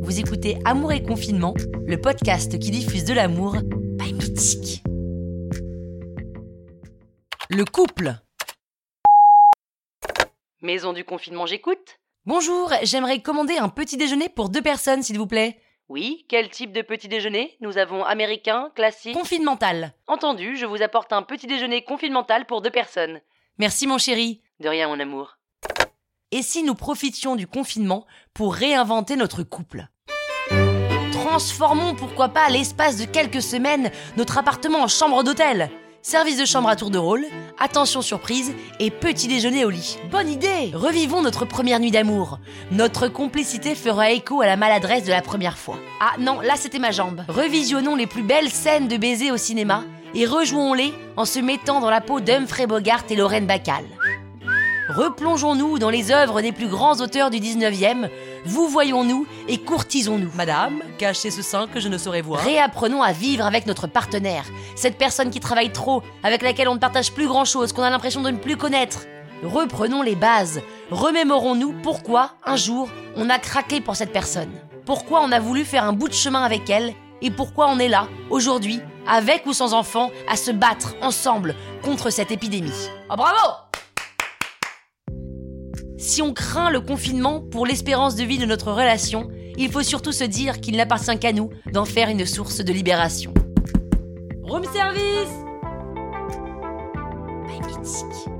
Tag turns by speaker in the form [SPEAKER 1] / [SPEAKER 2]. [SPEAKER 1] vous écoutez Amour et Confinement, le podcast qui diffuse de l'amour by Mythique. Le couple. Maison du confinement, j'écoute. Bonjour, j'aimerais commander un petit déjeuner pour deux personnes, s'il vous plaît. Oui, quel type de petit déjeuner Nous avons américain, classique. Confinemental. Entendu, je vous apporte un petit déjeuner confinemental pour deux personnes. Merci, mon chéri. De rien, mon amour. Et si nous profitions du confinement pour réinventer notre couple Transformons, pourquoi pas, l'espace de quelques semaines, notre appartement en chambre d'hôtel. Service de chambre à tour de rôle, attention surprise et petit déjeuner au lit. Bonne idée Revivons notre première nuit d'amour. Notre complicité fera écho à la maladresse de la première fois. Ah non, là c'était ma jambe. Revisionnons les plus belles scènes de baisers au cinéma et rejouons-les en se mettant dans la peau d'Humphrey Bogart et Lorraine Bacall. Replongeons-nous dans les œuvres des plus grands auteurs du 19e, vous voyons-nous et courtisons-nous. Madame, cachez ce sein que je ne saurais voir. Réapprenons à vivre avec notre partenaire, cette personne qui travaille trop, avec laquelle on ne partage plus grand-chose, qu'on a l'impression de ne plus connaître. Reprenons les bases, remémorons-nous pourquoi, un jour, on a craqué pour cette personne, pourquoi on a voulu faire un bout de chemin avec elle et pourquoi on est là, aujourd'hui, avec ou sans enfants, à se battre ensemble contre cette épidémie. Oh bravo si on craint le confinement pour l'espérance de vie de notre relation, il faut surtout se dire qu'il n'appartient qu'à nous d'en faire une source de libération. Room service By Mythique.